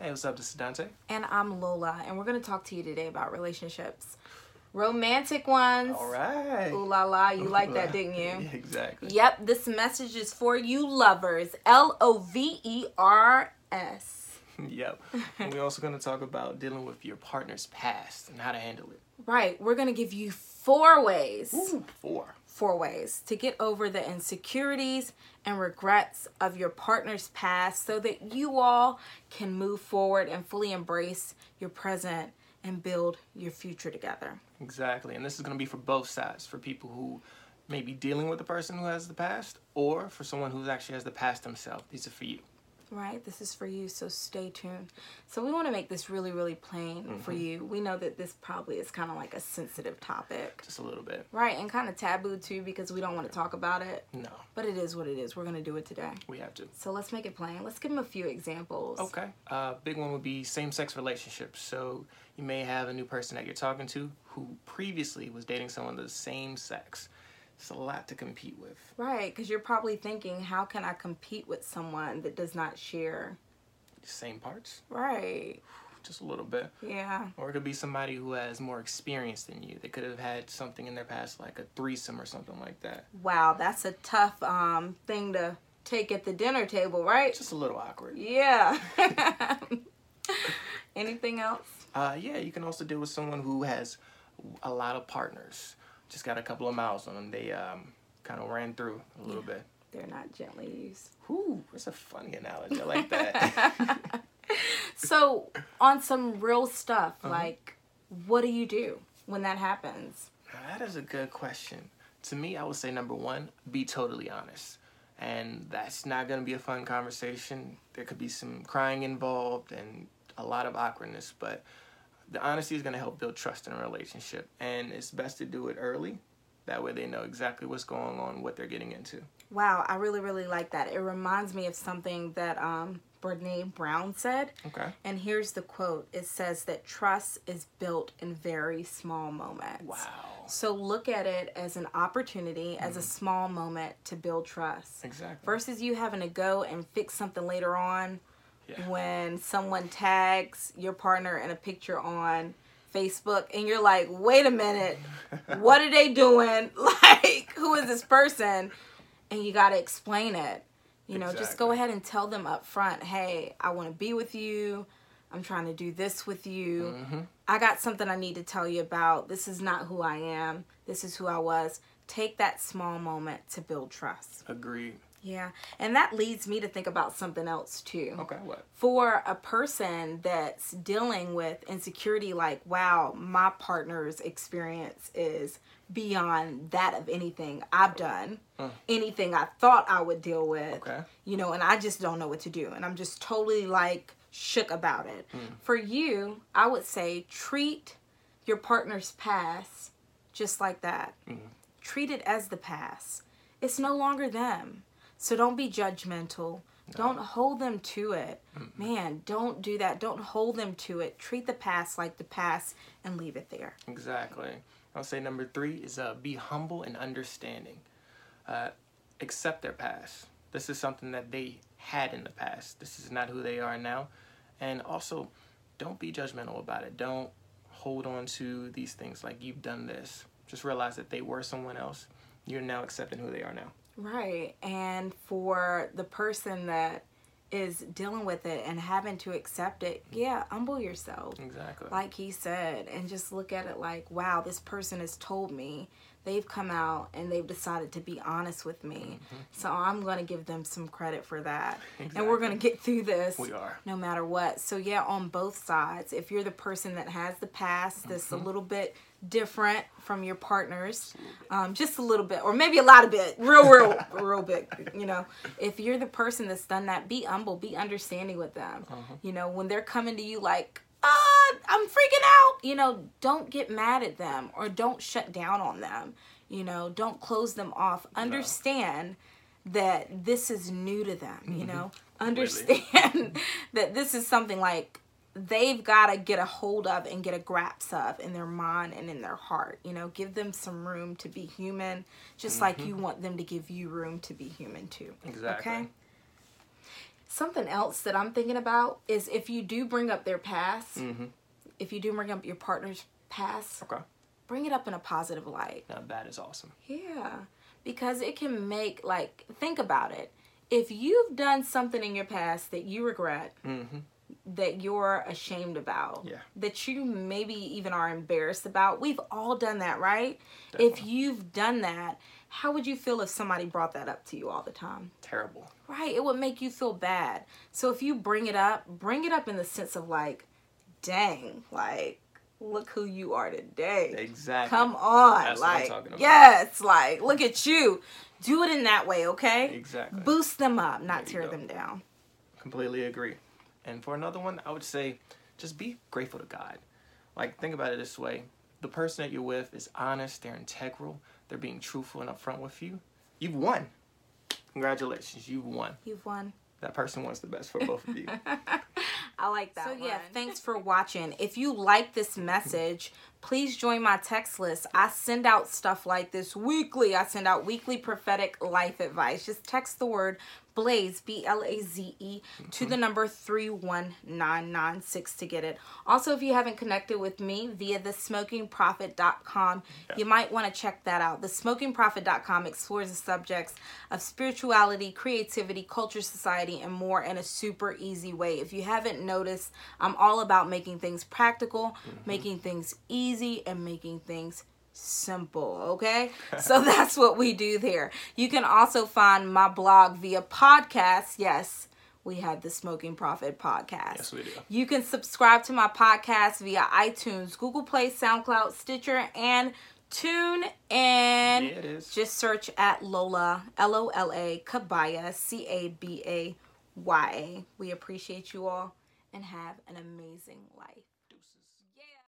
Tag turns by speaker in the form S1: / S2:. S1: Hey, what's up? This is Dante.
S2: And I'm Lola, and we're going to talk to you today about relationships. Romantic ones.
S1: All right.
S2: Ooh la la, you like that,
S1: Ooh-la.
S2: didn't you?
S1: Yeah, exactly.
S2: Yep, this message is for you lovers. L O V E R S.
S1: yep. And we're also going to talk about dealing with your partner's past and how to handle it.
S2: Right, we're going to give you four ways,
S1: Four.
S2: four ways to get over the insecurities and regrets of your partner's past so that you all can move forward and fully embrace your present and build your future together.
S1: Exactly. And this is going to be for both sides for people who may be dealing with the person who has the past or for someone who actually has the past themselves. These are for you.
S2: Right? This is for you, so stay tuned. So, we want to make this really, really plain for you. We know that this probably is kind of like a sensitive topic,
S1: Just a little bit.
S2: right? And kind of taboo too, because we don't want to talk about it.
S1: No,
S2: But it is what it is. We're going to do it today.
S1: we have to.
S2: So, let's make it plain. Let's give them a few examples.
S1: Okay. Uh, big one would be same sex relationships. So you may have a new person that you're talking to who previously was dating someone of the same sex. It's a lot to compete with.
S2: Right? Because you're probably thinking, how can I compete with someone that does not share?
S1: Same parts,
S2: Right.
S1: just a little bit.
S2: Yeah.
S1: Or it could be somebody who has more experience than you. They could have had something in their past, like a threesome or something like that.
S2: Wow, that's a tough um, thing to take at the dinner table, right?
S1: Just a little awkward.
S2: Yeah. Anything else?
S1: Uh, yeah, you can also deal with someone who has a lot of partners. Just got a couple of miles on them. They um, kind of ran through a little bit.
S2: They're not gently used.
S1: Whew, that's a funny analogy. I like that.
S2: So, on some real stuff, like, what do you do when that happens?
S1: Now, that is a good question. To me, I would say number one, be totally honest. And that's not going to be a fun conversation. There could be some crying involved and a lot of awkwardness, but the honesty is going to help build trust in a relationship. And it's best to do it early. That way, they know exactly what's going on, what they're getting into.
S2: Wow, I really, really like that. It reminds me of something that um, Brene Brown said.
S1: Okay.
S2: And here's the quote it says that trust is built in very small moments.
S1: Wow.
S2: So, look at it as an opportunity, as a small moment to build trust.
S1: Exactly.
S2: versus you having to go and fix something later on
S1: Yeah.
S2: when someone tags your partner in a picture on Facebook and you're like, wait a minute, what are they doing? Like, who is this person? And you got to explain it. You know, just go
S1: Exactly.
S2: ahead and tell them up front, hey, I want to be with you. I'm trying to do this with you.
S1: Mm-hmm.
S2: I got something I need to tell you about. This is not who I am. This is who I was. Take that small moment to build trust.
S1: Agreed.
S2: Yeah, and that leads me to think about something else too.
S1: Okay, what?
S2: For a person that's dealing with insecurity, like, wow, my partner's experience is beyond that of anything I've done, anything I thought I would deal with,
S1: Okay.
S2: you know, and I just don't know what to do. And I'm just totally like shook about it. For you, I would say treat your partner's past just like that. Treat it as the past. It's no longer them. So don't be judgmental. Don't hold them to it. Man, don't do that. Don't hold them to it. Treat the past like the past and leave it there.
S1: Exactly. I'll say number three is uh, be humble and understanding. Uh, accept their past. This is something that they had in the past. This is not who they are now. And also, don't be judgmental about it. Don't hold on to these things like you've done this. Just realize that they were someone else. You're now accepting who they are now.
S2: Right. And for the person that is dealing with it and having to accept it, yeah, humble yourself.
S1: Exactly.
S2: like he said, and just look at it like, wow, this person has told me they've come out and they've decided to be honest with me. So I'm going to give them some credit for that. And we're going to get through this
S1: We are.
S2: no matter what. So, yeah, on both sides, if you're the person that has the past that's a little bit different from your partners, um, just a little bit, or maybe a lot of bit, real, real, real bit, you know, if you're the person that's done that, be humble, be understanding with them. You know, when they're coming to you like, uh, I'm freaking out. You know, don't get mad at them or don't shut down on them. You know, don't close them off. Understand that this is new to them, you know? Understand that this is something like they've got to get a hold of and get a grasp of in their mind and in their heart. You know, give them some room to be human, just like you want them to give you room to be human too.
S1: Exactly.
S2: Okay? Something else that I'm thinking about is if you do bring up their past,
S1: Mm-hmm.
S2: if you do bring up your partner's past,
S1: Okay.
S2: bring it up in a positive light.
S1: Now that is awesome.
S2: Yeah, because it can make, like, think about it. If you've done something in your past that you regret,
S1: Mm-hmm.
S2: that you're ashamed about,
S1: Yeah.
S2: that you maybe even are embarrassed about, we've all done that, right? If
S1: Definitely.
S2: you've done that, how would you feel if somebody brought that up to you all the time?
S1: Terrible.
S2: Right, it would make you feel bad. So if you bring it up, bring it up in the sense of like, dang, like, look who you are today.
S1: Exactly.
S2: Come on,
S1: That's what I'm
S2: like,
S1: talking about.
S2: yes, like, look at you. Do it in that way, okay?
S1: Exactly.
S2: Boost them up, not
S1: There you
S2: tear
S1: go.
S2: them down.
S1: Completely agree. And for another one, I would say just be grateful to God. Like, think about it this way the person that you're with is honest, they're integral, they're being truthful and upfront with you. You've won. Congratulations, you've won.
S2: You've won.
S1: That person wants the best for both of you.
S2: I like
S3: that
S2: So yeah,
S3: one.
S2: thanks for watching. If you like this message, please join my text list. I send out stuff like this weekly. I send out weekly prophetic life advice. Just text the word blaze b l a z e to the number 31996 to get it. Also, if you haven't connected with me via the smokingprofit.com, you might want to check that out. The smokingprofit.com explores the subjects of spirituality, creativity, culture, society, and more in a super easy way. If you haven't noticed, I'm all about making things practical,
S1: Mm-hmm.
S2: making things easy, and making things simple okay so that's what we do there you can also find my blog via podcast yes we have the smoking profit podcast
S1: Yes, we do.
S2: you can subscribe to my podcast via iTunes, Google Play, SoundCloud, Stitcher, and Tune
S1: Yeah,
S2: in.
S1: it is.
S2: Just search at Lola, L O L A, Kabaya, C A B A Y A. We appreciate you all and have an amazing life.
S1: Deuces.
S2: Yeah.